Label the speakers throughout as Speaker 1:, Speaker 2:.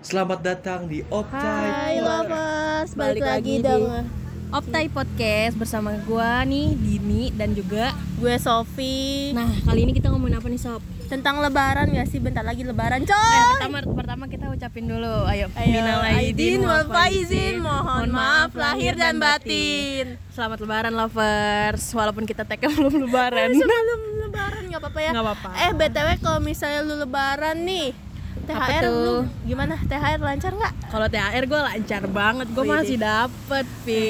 Speaker 1: Selamat datang di Optai.
Speaker 2: Hai lovers, balik, lagi dengan
Speaker 3: Optai Podcast bersama gua nih Dini dan juga
Speaker 2: gue Sofi.
Speaker 3: Nah, kali ini kita ngomongin apa nih Sob?
Speaker 2: Tentang Lebaran ya sih, bentar lagi Lebaran
Speaker 3: Eh,
Speaker 2: coy.
Speaker 3: pertama pertama kita ucapin dulu. Ayo,
Speaker 2: Ayo,
Speaker 3: Minal
Speaker 2: Aidin wal Faizin, mohon maaf lahir dan batin.
Speaker 3: Selamat lebaran lovers. Walaupun kita tag belum lebaran.
Speaker 2: Sebelum Lebaran nggak apa-apa ya?
Speaker 3: Nggak apa-apa.
Speaker 2: Eh btw kalau misalnya lu Lebaran nih,
Speaker 3: Apa
Speaker 2: THR lu
Speaker 3: tuh?
Speaker 2: gimana? THR lancar nggak?
Speaker 3: Kalau THR gue lancar banget, gue
Speaker 2: Widih.
Speaker 3: masih dapet, Pi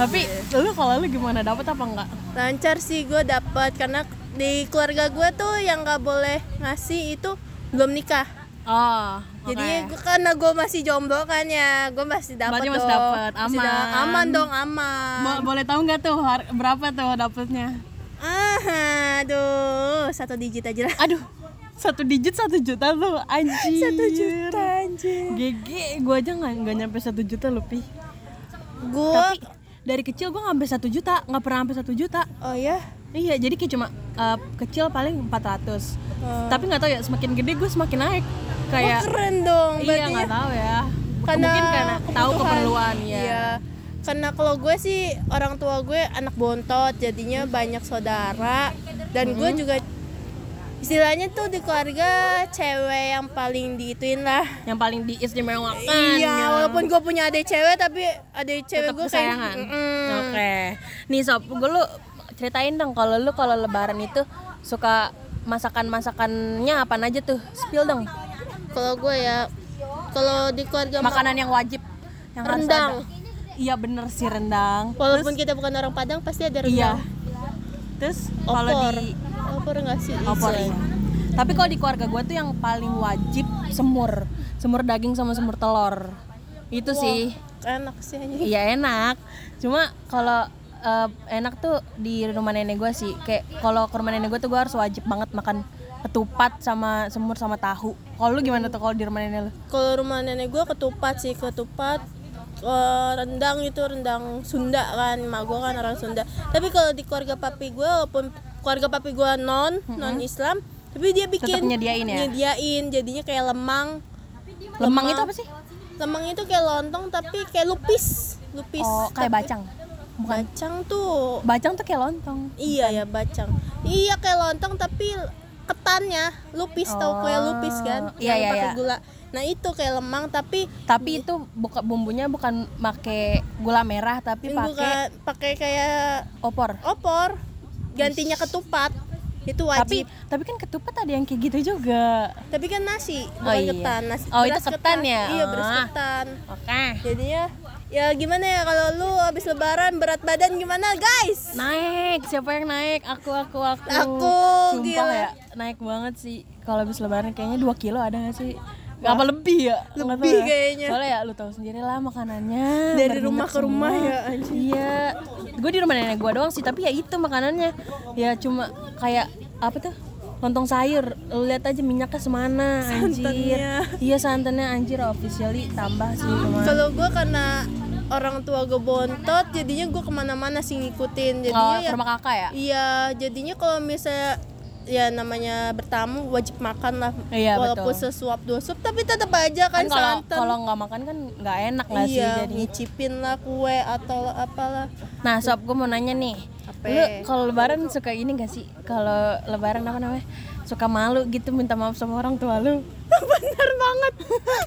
Speaker 3: Tapi lu kalau lu gimana, dapet apa enggak?
Speaker 2: Lancar sih gue dapat karena di keluarga gue tuh yang nggak boleh ngasih itu belum nikah.
Speaker 3: Oh,
Speaker 2: Jadi gua- karena gue masih jomblo kan ya, gue masih dapat
Speaker 3: Berarti
Speaker 2: dong.
Speaker 3: masih dapet,
Speaker 2: Masih
Speaker 3: aman.
Speaker 2: da- aman dong, aman.
Speaker 3: boleh tahu nggak tuh har- berapa tuh dapetnya?
Speaker 2: Ah, aduh, satu digit aja lah.
Speaker 3: Aduh, satu digit satu juta tuh, anjir.
Speaker 2: Satu juta anjir.
Speaker 3: Gigi, gue aja nggak nggak nyampe satu juta lebih.
Speaker 2: Gue
Speaker 3: Tapi dari kecil gue nggak sampai satu juta, nggak pernah sampai satu juta.
Speaker 2: Oh ya,
Speaker 3: Iya, jadi kayak cuma eh, kecil paling 400 Tapi nggak tahu ya, semakin gede gue semakin naik.
Speaker 2: Wah,
Speaker 3: Kayak
Speaker 2: Oh. keren dong
Speaker 3: iya
Speaker 2: berarti
Speaker 3: nggak
Speaker 2: ya.
Speaker 3: tahu ya.
Speaker 2: Karena
Speaker 3: Mungkin karena tahu
Speaker 2: kebutuhan.
Speaker 3: keperluan ya.
Speaker 2: Iya. Karena kalau gue sih orang tua gue anak bontot, jadinya banyak saudara dan
Speaker 3: Mm-hmm.
Speaker 2: gue juga istilahnya tuh di keluarga cewek yang paling diituin lah.
Speaker 3: Yang paling diistimewakan.
Speaker 2: Iya,
Speaker 3: ya.
Speaker 2: walaupun gue punya adik cewek tapi adik cewek
Speaker 3: Tetap
Speaker 2: gue kayak
Speaker 3: kesayangan.
Speaker 2: Mm-mm.
Speaker 3: Oke. Nih sob, gue lu ceritain dong kalau lu kalau lebaran itu suka masakan-masakannya apa aja tuh? Spill dong.
Speaker 2: Kalau gue ya kalau di keluarga ma-
Speaker 3: Makanan yang wajib yang harus
Speaker 2: Rendang.
Speaker 3: ada. Iya bener sih rendang.
Speaker 2: walaupun kita bukan orang Padang pasti ada
Speaker 3: Iya.
Speaker 2: rendang.
Speaker 3: Terus kalau
Speaker 2: Opor.
Speaker 3: di
Speaker 2: Opor enggak sih?
Speaker 3: opor.
Speaker 2: Iya.
Speaker 3: iya. Tapi kalau di keluarga gue tuh yang paling wajib semur, semur daging sama semur telur. Itu sih.
Speaker 2: Enak sih anjing.
Speaker 3: Iya enak. Cuma kalau eh, enak tuh di rumah nenek gue sih. Kayak kalau ke rumah nenek gue tuh gue harus wajib banget makan ketupat sama semur sama tahu. Kalau lu gimana tuh kalau di rumah nenek lu?
Speaker 2: Kalau rumah nenek gue ketupat sih, ketupat eh, rendang itu rendang Sunda kan, emak gue kan orang Sunda. Tapi kalau di keluarga papi gue, walaupun keluarga papi gue non non Islam, tapi dia bikin
Speaker 3: nyediain ya?
Speaker 2: nyediain, jadinya kayak lemang.
Speaker 3: Lemang itu apa sih?
Speaker 2: Lemang itu kayak lontong tapi kayak lupis, lupis.
Speaker 3: Oh, kayak
Speaker 2: Tapi-
Speaker 3: bacang.
Speaker 2: Bacang tuh
Speaker 3: Bacang tuh kayak lontong.
Speaker 2: Iya ya bacang. Iya kayak lontong tapi ketannya lupis tau kue lupis kan
Speaker 3: Iya,
Speaker 2: yang
Speaker 3: iya,
Speaker 2: pakai
Speaker 3: iya.
Speaker 2: gula. Nah itu kayak lemang tapi
Speaker 3: Tapi itu buka bumbunya bukan pakai gula merah tapi pakai
Speaker 2: bukan pakai kayak
Speaker 3: opor.
Speaker 2: opor gantinya ketupat itu
Speaker 3: Tapi
Speaker 2: wajib. Tapi,
Speaker 3: tapi kan ketupat ada yang kayak gitu juga.
Speaker 2: kan nasi
Speaker 3: Oh,
Speaker 2: bukan
Speaker 3: iya.
Speaker 2: ketan nasi.
Speaker 3: Oh, itu
Speaker 2: beras
Speaker 3: ketan ya?
Speaker 2: Iya beras
Speaker 3: Ah.
Speaker 2: ketan.
Speaker 3: Oke.
Speaker 2: Jadinya ya gimana ya kalau lu habis lebaran berat badan gimana guys?
Speaker 3: Naik, siapa yang naik? Aku, aku, aku.
Speaker 2: Aku,
Speaker 3: Sumpah
Speaker 2: gila.
Speaker 3: ya, naik banget sih. Kalau habis lebaran kayaknya 2 kilo ada gak sih? Gak apa lebih ya? Nggak tahu
Speaker 2: Lebih
Speaker 3: ya.
Speaker 2: kayaknya.
Speaker 3: Soalnya ya lu tahu sendiri lah makanannya.
Speaker 2: Dari
Speaker 3: berminyak
Speaker 2: rumah ke
Speaker 3: semua.
Speaker 2: rumah ya, anjing.
Speaker 3: Iya. Gue di rumah nenek gue doang sih, tapi ya itu makanannya. Ya cuma kayak apa tuh? Lontong sayur, lu lihat aja minyaknya semana anjir.
Speaker 2: Santannya.
Speaker 3: Iya santannya anjir officially tambah sih cuma.
Speaker 2: Kalau gue karena orang tua gue bontot jadinya gue kemana-mana sih ngikutin jadinya
Speaker 3: Oh, ke
Speaker 2: ya
Speaker 3: rumah kakak ya?
Speaker 2: Iya, jadinya kalau misalnya ya namanya bertamu wajib makan lah.
Speaker 3: Iya,
Speaker 2: Walaupun
Speaker 3: betul.
Speaker 2: sesuap dua sup tapi tetap aja kan,
Speaker 3: kan kalau
Speaker 2: santan.
Speaker 3: kalau nggak makan kan nggak enak nggak sih
Speaker 2: iya,
Speaker 3: jadi
Speaker 2: nyicipin lah kue atau apalah.
Speaker 3: nah sob gue mau nanya nih
Speaker 2: Apa?
Speaker 3: lu kalau lebaran suka ini gak sih kalau lebaran apa namanya suka malu gitu minta maaf sama orang tua lu
Speaker 2: Bener banget.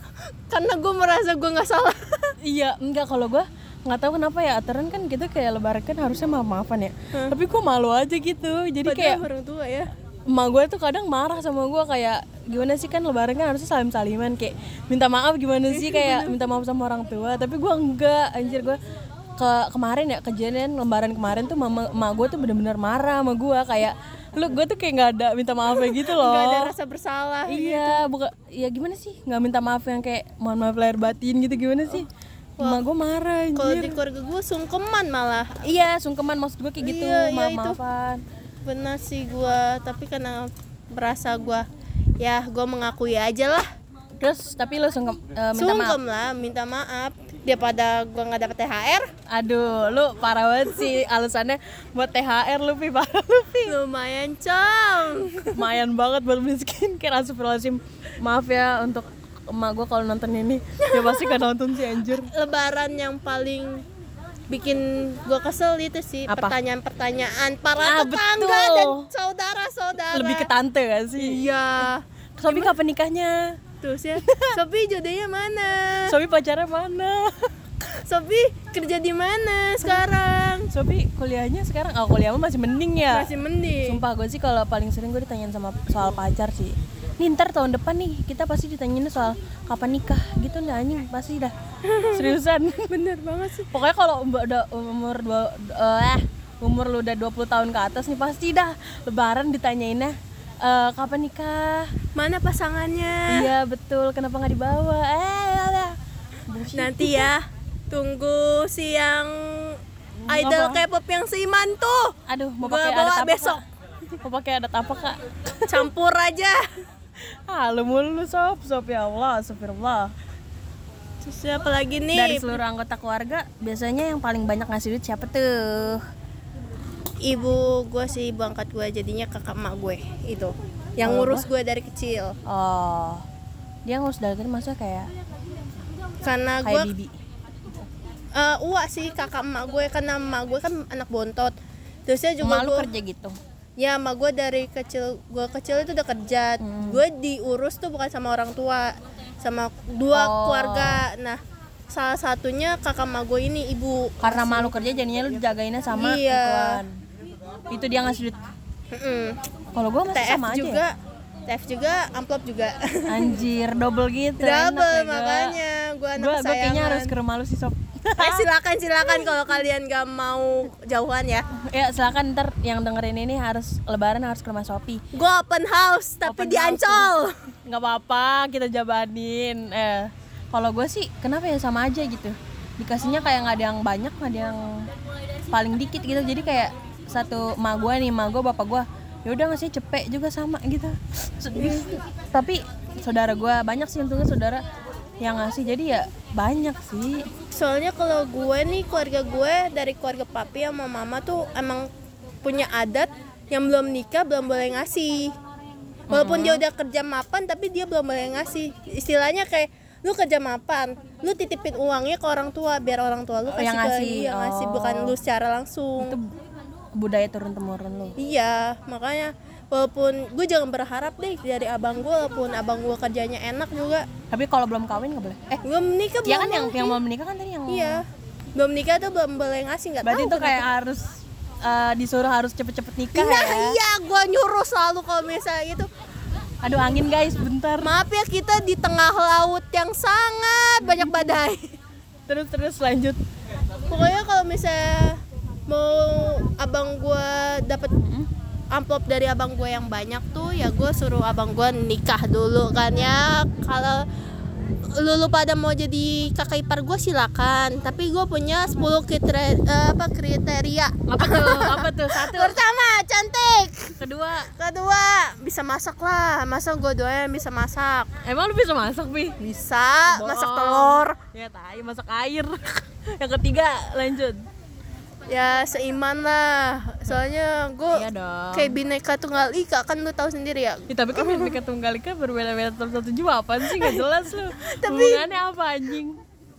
Speaker 2: Karena gue merasa gue nggak salah.
Speaker 3: iya enggak kalau gue nggak tahu kenapa ya aturan kan gitu kayak lebaran kan harusnya maaf maafan ya tapi gue malu aja gitu jadi kayak
Speaker 2: Padahal orang tua ya.
Speaker 3: emak gue tuh kadang marah sama gue kayak gimana sih kan lebaran kan harusnya salim saliman kayak minta maaf gimana sih kayak minta maaf sama orang tua tapi gue enggak anjir gue ke kemarin ya kejadian lebaran kemarin tuh mama emak gue tuh bener-bener marah sama gue kayak lu gue tuh kayak nggak ada minta maafnya gitu loh
Speaker 2: Gak ada rasa gitu. bersalah.
Speaker 3: iya bukan ya gimana sih nggak minta maaf yang kayak mohon maaf lahir batin gitu gimana sih emak gue marah
Speaker 2: Oh. Kalau
Speaker 3: anjir
Speaker 2: di keluarga gue sungkeman malah.
Speaker 3: iya sungkeman maksud gue kayak gitu
Speaker 2: Iya, iya,
Speaker 3: maaf
Speaker 2: itu.
Speaker 3: maafan
Speaker 2: Benar sih gue, tapi karena merasa gue ya gue mengakui aja lah.
Speaker 3: terus tapi lu sungkem eh, minta maaf
Speaker 2: Sungkem lah, minta maaf. Daripada gue nggak dapet THR,
Speaker 3: Aduh, lu parah banget sih alasannya buat THR lu Pi, parah lu Pi.
Speaker 2: lumayan cong
Speaker 3: Lumayan banget buat beli skincare Astagfirullahaladzim Maaf ya untuk emak gue kalau nonton ini ya pasti gak nonton sih anjir
Speaker 2: lebaran yang paling bikin gua kesel itu sih
Speaker 3: Apa?
Speaker 2: pertanyaan-pertanyaan para
Speaker 3: Ah,
Speaker 2: tetangga
Speaker 3: betul.
Speaker 2: dan saudara-saudara.
Speaker 3: lebih ke tante gak sih
Speaker 2: Iya.
Speaker 3: Sobi kapan nikahnya
Speaker 2: Terus ya, Sobi jodohnya mana?
Speaker 3: Sobi pacarnya mana
Speaker 2: Sobi kerja di mana sekarang?
Speaker 3: Sobi kuliahnya sekarang oh kuliahmu masih mending ya
Speaker 2: Masih mending.
Speaker 3: Sumpah gue sih kalau paling sering gue ditanyain sama soal pacar sih. Nih ntar tahun depan nih kita pasti ditanyain soal kapan nikah gitu nih anjing pasti dah. Seriusan.
Speaker 2: Bener banget sih.
Speaker 3: Pokoknya kalau mbak udah umur dua eh umur lu udah 20 tahun ke atas nih pasti dah lebaran ditanyainnya eh kapan nikah?
Speaker 2: Mana pasangannya?
Speaker 3: Iya betul, kenapa nggak dibawa? Eh, lah, lah. Bullshit.
Speaker 2: Nanti ya, tunggu siang idol K-pop yang seiman tuh.
Speaker 3: Aduh, mau
Speaker 2: Gua
Speaker 3: pakai
Speaker 2: bawa
Speaker 3: adat apa?
Speaker 2: besok.
Speaker 3: Kak? Mau pakai adat apa, Kak?
Speaker 2: Campur aja.
Speaker 3: Ah, lu mulu sob, sob ya Allah, astagfirullah.
Speaker 2: Terus apa lagi nih?
Speaker 3: Dari seluruh anggota keluarga, biasanya yang paling banyak ngasih duit siapa tuh?
Speaker 2: ibu gue sih ibu angkat gue jadinya kakak emak gue itu yang
Speaker 3: Kalau
Speaker 2: ngurus gue dari kecil
Speaker 3: Oh, dia ngurus dagangan maksudnya kayak
Speaker 2: Nah, karena
Speaker 3: kayak
Speaker 2: gue
Speaker 3: bibi.
Speaker 2: eh uak sih kakak emak gue karena emak gue kan anak bontot terusnya juga
Speaker 3: Malu
Speaker 2: gue
Speaker 3: kerja gitu.
Speaker 2: ya emak gue dari kecil gue kecil itu udah kerja
Speaker 3: Hmm.
Speaker 2: gue diurus tuh bukan sama orang tua sama dua
Speaker 3: Oh.
Speaker 2: keluarga nah salah satunya kakak emak gue ini ibu
Speaker 3: Karena malu kerja jadinya lu jagainnya sama
Speaker 2: Iya.
Speaker 3: ituan. Itu dia ngasih duit.
Speaker 2: Mm-mm.
Speaker 3: Kalau gua masih
Speaker 2: TF
Speaker 3: sama aja.
Speaker 2: juga TF juga amplop juga
Speaker 3: ya. Anjir, double gitu.
Speaker 2: double
Speaker 3: enak ya, gua.
Speaker 2: makanya gue anak
Speaker 3: Gua gua kayaknya
Speaker 2: kesayangan.
Speaker 3: harus ke rumah lu sih, sob.
Speaker 2: Eh, silakan silakan kalau kalian gak mau jauhan ya.
Speaker 3: ya, silakan ntar yang dengerin ini harus lebaran harus ke rumah Sopi.
Speaker 2: Gue open house tapi
Speaker 3: Open
Speaker 2: di
Speaker 3: house, ya.
Speaker 2: Ancol.
Speaker 3: nggak apa-apa kita jabanin eh kalau gue sih kenapa ya sama aja gitu dikasihnya kayak nggak ada yang banyak nggak ada yang paling dikit gitu jadi kayak satu ma gue nih ma gue bapak gue ya udah ngasih cepet juga sama gitu
Speaker 2: Iya.
Speaker 3: Sedih. tapi saudara gue banyak sih untungnya saudara yang ngasih jadi ya banyak sih
Speaker 2: Soalnya kalau gue nih keluarga gue dari keluarga papi sama mama tuh emang punya adat yang belum nikah belum boleh ngasih. Walaupun
Speaker 3: Mm-hmm.
Speaker 2: dia udah kerja mapan tapi dia belum boleh ngasih. Istilahnya kayak lu kerja mapan, lu titipin uangnya ke orang tua biar orang tua lu
Speaker 3: Oh,
Speaker 2: kasih
Speaker 3: yang
Speaker 2: ke
Speaker 3: ngasih.
Speaker 2: dia ngasih
Speaker 3: Oh.
Speaker 2: bukan lu secara langsung.
Speaker 3: itu budaya turun temurun lu
Speaker 2: Iya, makanya walaupun gue jangan berharap deh dari abang gue, walaupun abang gue kerjanya enak juga,
Speaker 3: tapi kalau belum kawin nggak boleh eh
Speaker 2: gue menikah
Speaker 3: ya
Speaker 2: Iya, belum
Speaker 3: kan yang
Speaker 2: mau.
Speaker 3: yang mau menikah kan tadi yang
Speaker 2: iya, belum nikah tuh belum boleh ngasih nggak
Speaker 3: berarti
Speaker 2: tahu
Speaker 3: itu kayak
Speaker 2: kenapa.
Speaker 3: harus eh, disuruh harus cepet-cepet nikah
Speaker 2: nah
Speaker 3: ya
Speaker 2: iya gue nyuruh selalu kalau misalnya gitu
Speaker 3: Aduh angin guys, bentar.
Speaker 2: maaf ya kita di tengah laut yang sangat banyak badai
Speaker 3: Terus terus lanjut.
Speaker 2: pokoknya kalau misalnya mau abang gue dapat amplop dari abang gue yang banyak tuh ya gue suruh abang gue nikah dulu kan ya kalau lu, lu pada mau jadi kakak ipar gue silakan tapi gue punya 10 kriteria, eh, apa, kriteria
Speaker 3: Apa tuh? Apa tuh? Satu,
Speaker 2: pertama cantik
Speaker 3: kedua.
Speaker 2: kedua bisa masak lah masa gue doyan bisa masak
Speaker 3: Emang lu bisa masak, Pi?
Speaker 2: bisa masak
Speaker 3: Bohong.
Speaker 2: telur
Speaker 3: Ya tai, masak air. Yang ketiga, lanjut.
Speaker 2: ya seiman lah soalnya gue
Speaker 3: Iya dong.
Speaker 2: kayak bineka tunggal ika kan lu tahu sendiri ya
Speaker 3: Ya, tapi kan Bhinneka Tunggal Ika berbeda-beda tetap satu jua apaan sih? Gak jelas lu.
Speaker 2: Tapi-
Speaker 3: Hubungannya apa anjing?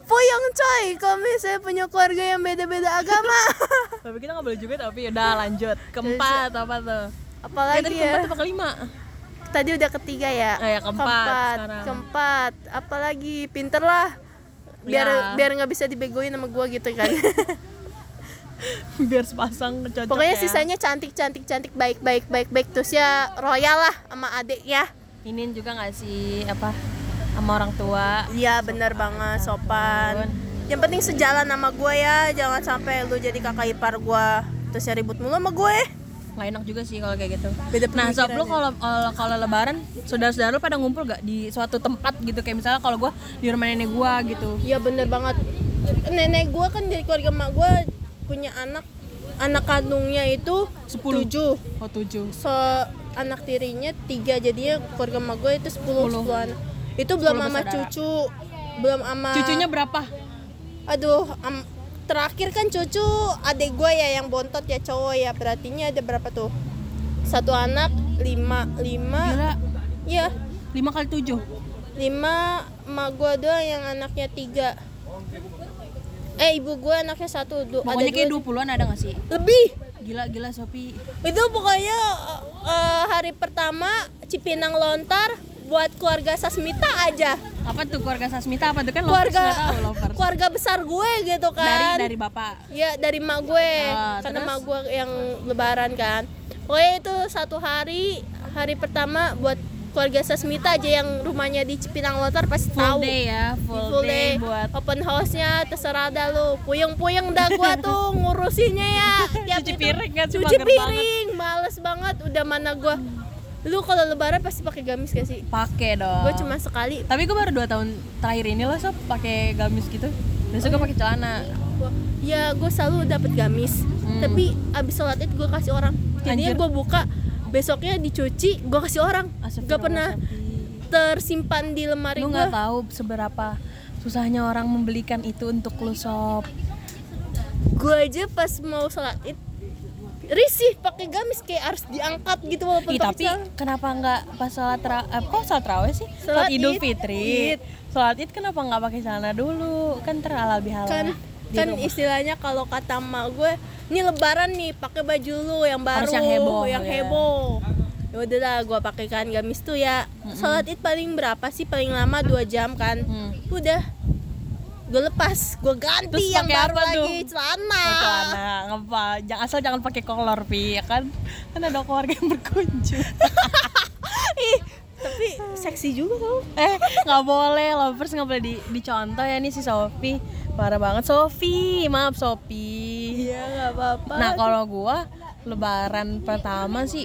Speaker 2: puyeng coy kalau misalnya punya keluarga yang beda-beda agama
Speaker 3: Tapi kita gak boleh juga tapi ya udah lanjut. Keempat apa tuh? Ya,
Speaker 2: apalagi
Speaker 3: tadi
Speaker 2: ya
Speaker 3: keempat apa kelima?
Speaker 2: tadi udah ketiga ya
Speaker 3: Ah, ya, keempat
Speaker 2: keempat,
Speaker 3: sekarang.
Speaker 2: keempat. apalagi pinter lah biar
Speaker 3: Ya.
Speaker 2: biar nggak bisa dibegoin sama gue gitu kan
Speaker 3: Biar sepasang cocok
Speaker 2: pokoknya
Speaker 3: ya.
Speaker 2: sisanya cantik cantik cantik baik baik baik baik terus ya royal lah sama adik ya
Speaker 3: Ini juga gak sih apa sama orang tua
Speaker 2: Iya bener banget sopan. Yang penting sejalan sama gue ya, jangan sampai lu jadi kakak ipar gue terus ya ribut mulu sama gue.
Speaker 3: nggak enak juga sih kalau kayak gitu.
Speaker 2: Beda
Speaker 3: nah, sob lu
Speaker 2: pemikiran ya.
Speaker 3: kalau kalau- kalau lebaran saudara-saudara lu pada ngumpul gak di suatu tempat gitu kayak misalnya kalau gua di rumah nenek gua gitu.
Speaker 2: Iya bener banget. Nenek gue kan dari keluarga emak gue punya anak anak kandungnya itu
Speaker 3: Sepuluh.
Speaker 2: tujuh.
Speaker 3: Oh, tujuh.
Speaker 2: So, anak tirinya tiga jadinya keluarga emak gue itu sepuluh
Speaker 3: Sepuluh.
Speaker 2: sepuluh anak. Itu belum
Speaker 3: Sepuluh
Speaker 2: sama
Speaker 3: bersaudara.
Speaker 2: cucu, belum sama
Speaker 3: Cucunya berapa?
Speaker 2: Aduh, am- terakhir kan cucu adik gue ya yang bontot ya cowok ya. Berartinya ada berapa tuh? Satu anak lima lima.
Speaker 3: Gila,
Speaker 2: Ya,
Speaker 3: 5 kali 7.
Speaker 2: lima emak gue doang yang anaknya tiga eh ibu gue anaknya satu du- ada
Speaker 3: Pokoknya kayak
Speaker 2: dua
Speaker 3: 20-an ada gak sih?
Speaker 2: lebih
Speaker 3: Gila, gila Sopi.
Speaker 2: itu pokoknya eh, hari pertama Cipinang lontar buat keluarga Sasmita aja
Speaker 3: Apa tuh keluarga Sasmita? Apa tuh kan lovers
Speaker 2: keluarga
Speaker 3: nggak tahu lovers.
Speaker 2: keluarga besar gue gitu
Speaker 3: Dari
Speaker 2: kan
Speaker 3: dari bapak.
Speaker 2: Ya dari mak gue,
Speaker 3: Ah,
Speaker 2: karena
Speaker 3: terus?
Speaker 2: mak gue yang lebaran kan. Pokoknya itu satu hari, hari pertama buat keluarga Sasmita aja yang rumahnya di Cipinang Lontar pasti
Speaker 3: Full
Speaker 2: tahu.
Speaker 3: day ya, full,
Speaker 2: Full
Speaker 3: day.
Speaker 2: day,
Speaker 3: buat
Speaker 2: open house-nya terserah dah lu. Puyeng-puyeng dah gua tuh ngurusinya ya. Tiap
Speaker 3: Cuci
Speaker 2: itu-
Speaker 3: piring kan, cuma
Speaker 2: Cuci
Speaker 3: gerbang.
Speaker 2: piring, males banget udah mana gua. Lu kalau lebaran pasti pakai gamis gak sih?
Speaker 3: pakai dong.
Speaker 2: Gue cuma sekali.
Speaker 3: Tapi gue baru 2 tahun terakhir ini loh sob pakai gamis gitu.
Speaker 2: Oh,
Speaker 3: Biasanya
Speaker 2: iya.
Speaker 3: gue pakai celana.
Speaker 2: Gua- ya gue selalu dapet gamis
Speaker 3: Hmm.
Speaker 2: tapi abis sholat id gue kasih orang jadinya
Speaker 3: Anjir.
Speaker 2: gue buka besoknya dicuci gue kasih orang
Speaker 3: Ah,
Speaker 2: gak pernah tersimpan di lemari
Speaker 3: Lu
Speaker 2: gue
Speaker 3: nggak tahu seberapa susahnya orang membelikan itu untuk lu sob.
Speaker 2: gue aja pas mau sholat id risih pakai gamis kayak harus diangkat gitu walaupun
Speaker 3: Ih,
Speaker 2: pakai
Speaker 3: tapi
Speaker 2: celana.
Speaker 3: kenapa nggak pas sholat ra- eh, kok sholat raweh sih?
Speaker 2: Sholat
Speaker 3: Sholat Idul
Speaker 2: Id.
Speaker 3: Fitri. Sholat Id kenapa nggak pakai celana dulu? Kan terhalal bihalal.
Speaker 2: kan kan istilahnya kalau kata emak gue ini lebaran nih pakai baju lu yang baru
Speaker 3: Harus yang heboh,
Speaker 2: yang
Speaker 3: ya."
Speaker 2: heboh ya udahlah gue pakai kan gamis tuh ya sholat id paling berapa sih paling lama dua jam kan
Speaker 3: Hmm.
Speaker 2: udah gue lepas gue ganti
Speaker 3: Terus
Speaker 2: yang
Speaker 3: pakai
Speaker 2: baru
Speaker 3: apa
Speaker 2: lagi
Speaker 3: tuh?
Speaker 2: celana.
Speaker 3: Pakai celana ngapa jangan asal jangan pakai kolor pi ya kan kan ada keluarga yang berkunjung
Speaker 2: Ih, tapi seksi juga kau
Speaker 3: eh nggak boleh lovers nggak boleh di dicontoh ya nih si Sofi parah banget Sofi maaf Sofi
Speaker 2: iya nggak apa-apa
Speaker 3: nah kalau gua lebaran pertama sih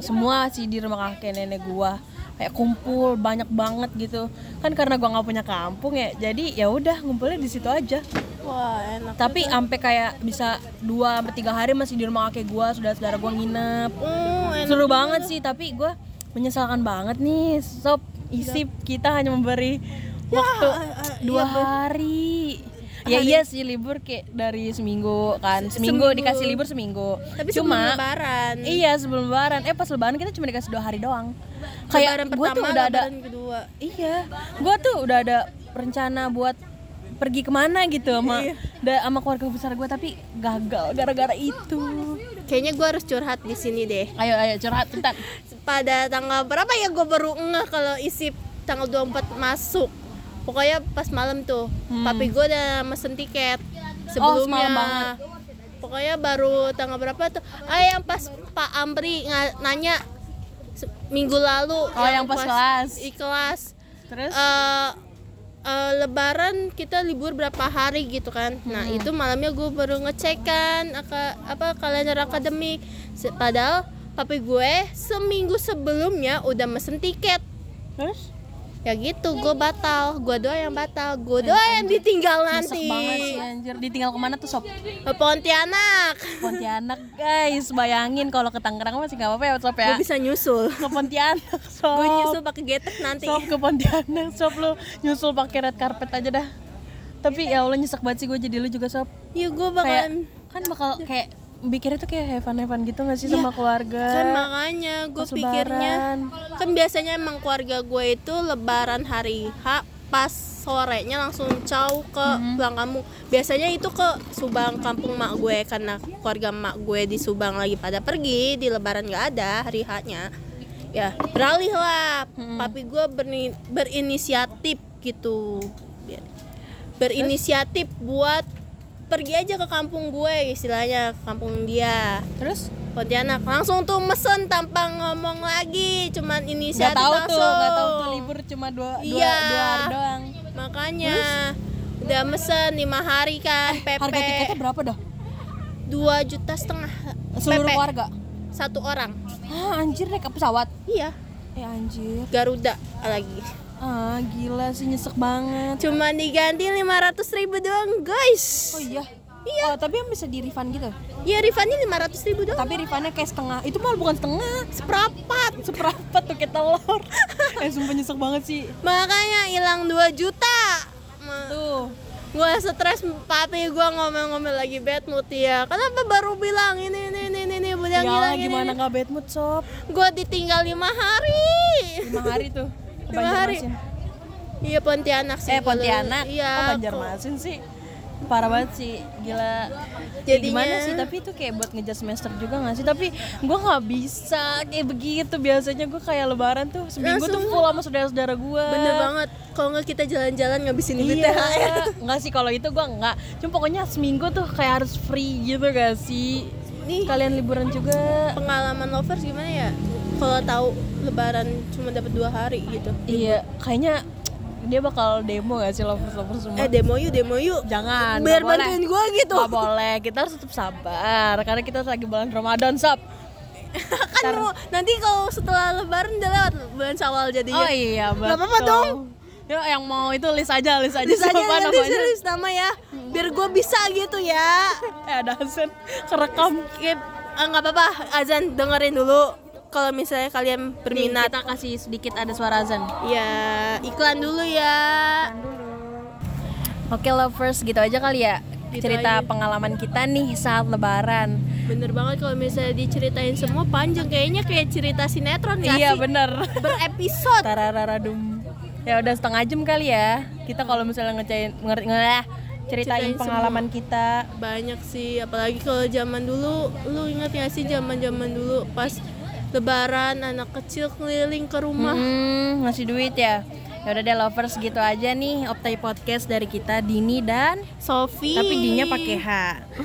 Speaker 3: semua sih di rumah kakek nenek gua kayak kumpul banyak banget gitu kan karena gua nggak punya kampung ya jadi ya udah ngumpulnya di situ aja
Speaker 2: wah enak
Speaker 3: tapi sampai kayak bisa dua sampai tiga hari masih di rumah kakek gua saudara saudara gua nginep
Speaker 2: Hmm, enak
Speaker 3: seru banget sih tapi gua menyesalkan banget nih sob isip kita hanya memberi
Speaker 2: Ya,
Speaker 3: waktu
Speaker 2: eh,
Speaker 3: dua hari Iya, ya iya sih libur kayak dari seminggu kan seminggu, dikasih libur seminggu
Speaker 2: tapi sebelum
Speaker 3: cuma
Speaker 2: lebaran
Speaker 3: iya sebelum lebaran eh pas lebaran kita cuma dikasih dua hari doang kayak
Speaker 2: lebaran
Speaker 3: gue
Speaker 2: pertama
Speaker 3: tuh udah ada
Speaker 2: lebaran kedua
Speaker 3: Iya, gua tuh udah ada rencana buat pergi kemana gitu sama
Speaker 2: Iya.
Speaker 3: da- sama keluarga besar gua tapi gagal gara-gara itu.
Speaker 2: kayaknya gue harus curhat di sini deh
Speaker 3: Ayo ayo curhat bentar.
Speaker 2: pada tanggal berapa ya gue baru ngeh kalau isi tanggal 24 masuk pokoknya pas malam tuh papi gue udah mesen tiket
Speaker 3: Hmm. Oh,
Speaker 2: sebelumnya
Speaker 3: semalam banget.
Speaker 2: pokoknya baru tanggal berapa tuh ah yang pas Pak Amri nga- nanya se- minggu lalu
Speaker 3: Oh, yang pas kelas.
Speaker 2: i- kelas
Speaker 3: Terus
Speaker 2: Eh, eh, lebaran kita libur berapa hari gitu kan nah
Speaker 3: Mm-hmm.
Speaker 2: itu malamnya gue baru ngecek kan aka- apa kalender akademik Se- padahal papi gue seminggu sebelumnya udah mesen tiket
Speaker 3: terus
Speaker 2: ya gitu gue batal gue doa yang batal gue doa yang ditinggal
Speaker 3: nyesek
Speaker 2: nanti
Speaker 3: banget sih anjir ditinggal kemana tuh sob
Speaker 2: Ke Pontianak
Speaker 3: Pontianak guys bayangin kalau ke Tangerang masih nggak apa-apa ya sob ya
Speaker 2: gue bisa nyusul
Speaker 3: ke Pontianak
Speaker 2: gue
Speaker 3: sob
Speaker 2: nyusul pakai getek nanti
Speaker 3: sob ke Pontianak sob lu nyusul pakai red carpet aja dah tapi ya Allah nyesek banget sih gue jadi lu juga sob
Speaker 2: ya gue
Speaker 3: kayak
Speaker 2: bakalan
Speaker 3: kan bakal kayak mikirnya tuh kayak heaven heaven gitu nggak sih sama keluarga
Speaker 2: kan makanya gue
Speaker 3: Pas
Speaker 2: pikirnya
Speaker 3: lebaran.
Speaker 2: kan biasanya emang keluarga gue itu lebaran hari H pas sorenya langsung caw ke
Speaker 3: Mm-hmm.
Speaker 2: pulang kampung biasanya itu ke Subang kampung mak gue karena keluarga mak gue di Subang lagi pada pergi di lebaran nggak ada hari H-nya ya beralih lah
Speaker 3: Mm-hmm.
Speaker 2: papi gue berni- berinisiatif gitu Biar- berinisiatif buat pergi aja ke kampung gue istilahnya ke kampung dia
Speaker 3: terus
Speaker 2: Pontianak langsung tuh mesen tanpa ngomong lagi cuman ini
Speaker 3: nggak tahu
Speaker 2: langsung
Speaker 3: tuh nggak tahu tuh libur cuma dua
Speaker 2: Iya.
Speaker 3: dua, dua hari doang
Speaker 2: makanya udah mesen lima hari kan PP
Speaker 3: Eh, harga tiketnya berapa dah
Speaker 2: dua juta setengah
Speaker 3: seluruh
Speaker 2: PP,
Speaker 3: keluarga
Speaker 2: satu orang
Speaker 3: ah anjir naik ke pesawat
Speaker 2: iya
Speaker 3: ya anjir
Speaker 2: Garuda lagi
Speaker 3: ah gila sih nyesek banget
Speaker 2: cuman diganti lima ratus ribu doang guys
Speaker 3: oh iya Oh, tapi yang bisa di refund gitu.
Speaker 2: ya refundnya lima ratus ribu doang
Speaker 3: Tapi refundnya kayak setengah. Itu malah bukan setengah.
Speaker 2: seperempat
Speaker 3: Seperempat tuh kayak telur. eh, sumpah nyesek banget sih.
Speaker 2: makanya hilang 2 juta Ma-
Speaker 3: Tuh.
Speaker 2: gue stres papi gue ngomel-ngomel lagi bad mood ya kenapa baru bilang ini ini ini ini, ini udah
Speaker 3: Ya
Speaker 2: bilang ini,
Speaker 3: gimana
Speaker 2: ini.
Speaker 3: nggak bad mood, sob?
Speaker 2: gue ditinggal lima hari
Speaker 3: lima hari tuh ke
Speaker 2: Lima hari.
Speaker 3: Banjarmasin.
Speaker 2: Iya Pontianak sih.
Speaker 3: eh
Speaker 2: kalau-
Speaker 3: Pontianak
Speaker 2: Iya.
Speaker 3: oh Banjarmasin sih parah banget sih gila Ya,
Speaker 2: Jadinya-
Speaker 3: gimana sih tapi itu kayak buat ngejar semester juga gak sih tapi gue nggak bisa kayak begitu biasanya gue kayak lebaran tuh seminggu tuh full sama saudara-saudara gue
Speaker 2: Bener banget. Kalau nggak kita jalan-jalan ngabisin duit
Speaker 3: Iya,
Speaker 2: THR.
Speaker 3: enggak sih kalau itu gua enggak. Cuma pokoknya seminggu tuh kayak harus free gitu gak sih?
Speaker 2: Nih.
Speaker 3: Kalian liburan juga.
Speaker 2: Pengalaman lovers gimana ya? Kalau tahu Lebaran cuma dapat dua hari gitu.
Speaker 3: Iya, kayaknya dia bakal demo gak sih lovers-lovers semua?
Speaker 2: Eh demo yuk, demo yuk.
Speaker 3: Jangan,
Speaker 2: Biar
Speaker 3: nggak boleh.
Speaker 2: bantuin gue gitu.
Speaker 3: Gak boleh, kita harus tetap sabar karena kita lagi bulan Ramadan, sob.
Speaker 2: kan ru- nanti kalau setelah Lebaran udah lewat bulan Syawal jadinya.
Speaker 3: Oh iya, betul.
Speaker 2: Nggak apa-apa dong.
Speaker 3: Yuk, yang mau itu list aja, list aja.
Speaker 2: Tulis aja
Speaker 3: siapa
Speaker 2: nanti
Speaker 3: namanya.
Speaker 2: serius nama ya. Biar gue bisa gitu ya.
Speaker 3: Eh, ada Hasan kerekam.
Speaker 2: Skip. Ah, nggak apa-apa. Azan dengerin dulu. Kalau misalnya kalian
Speaker 3: Nih,
Speaker 2: berminat.
Speaker 3: kita kasih sedikit ada suara azan.
Speaker 2: Ya iklan dulu ya.
Speaker 3: Oke lovers, gitu aja kali ya
Speaker 2: Gitu
Speaker 3: cerita
Speaker 2: aja.
Speaker 3: pengalaman kita nih saat lebaran.
Speaker 2: Bener banget kalau misalnya diceritain semua panjang kayaknya kayak cerita sinetron ya.
Speaker 3: Iya bener.
Speaker 2: Berepisode.
Speaker 3: Tarararadum. Ya udah setengah jam kali ya. Kita kalau misalnya ngecain nger- nge- eh,
Speaker 2: Ceritain
Speaker 3: ceritain
Speaker 2: semua.
Speaker 3: pengalaman kita.
Speaker 2: Banyak sih, apalagi kalau zaman dulu, lu ingat gak sih zaman-zaman dulu pas lebaran anak kecil keliling ke rumah.
Speaker 3: Hmm, ngasih duit ya. Ya udah deh lovers gitu aja nih Optai Podcast dari kita Dini dan
Speaker 2: Sofi.
Speaker 3: tapi dinya pakai H.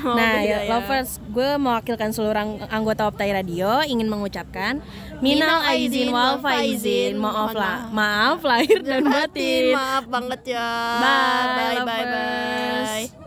Speaker 2: Oh,
Speaker 3: Nah,
Speaker 2: beda
Speaker 3: ya,
Speaker 2: ya.
Speaker 3: lovers, gue mewakilkan seluruh ang- anggota Optai Radio ingin mengucapkan minal aizin wal faizin, maaf lah, maaf lahir dan
Speaker 2: Batin,
Speaker 3: batin.
Speaker 2: maaf banget ya.
Speaker 3: Bye,
Speaker 2: bye, bye.
Speaker 3: lovers.
Speaker 2: bye.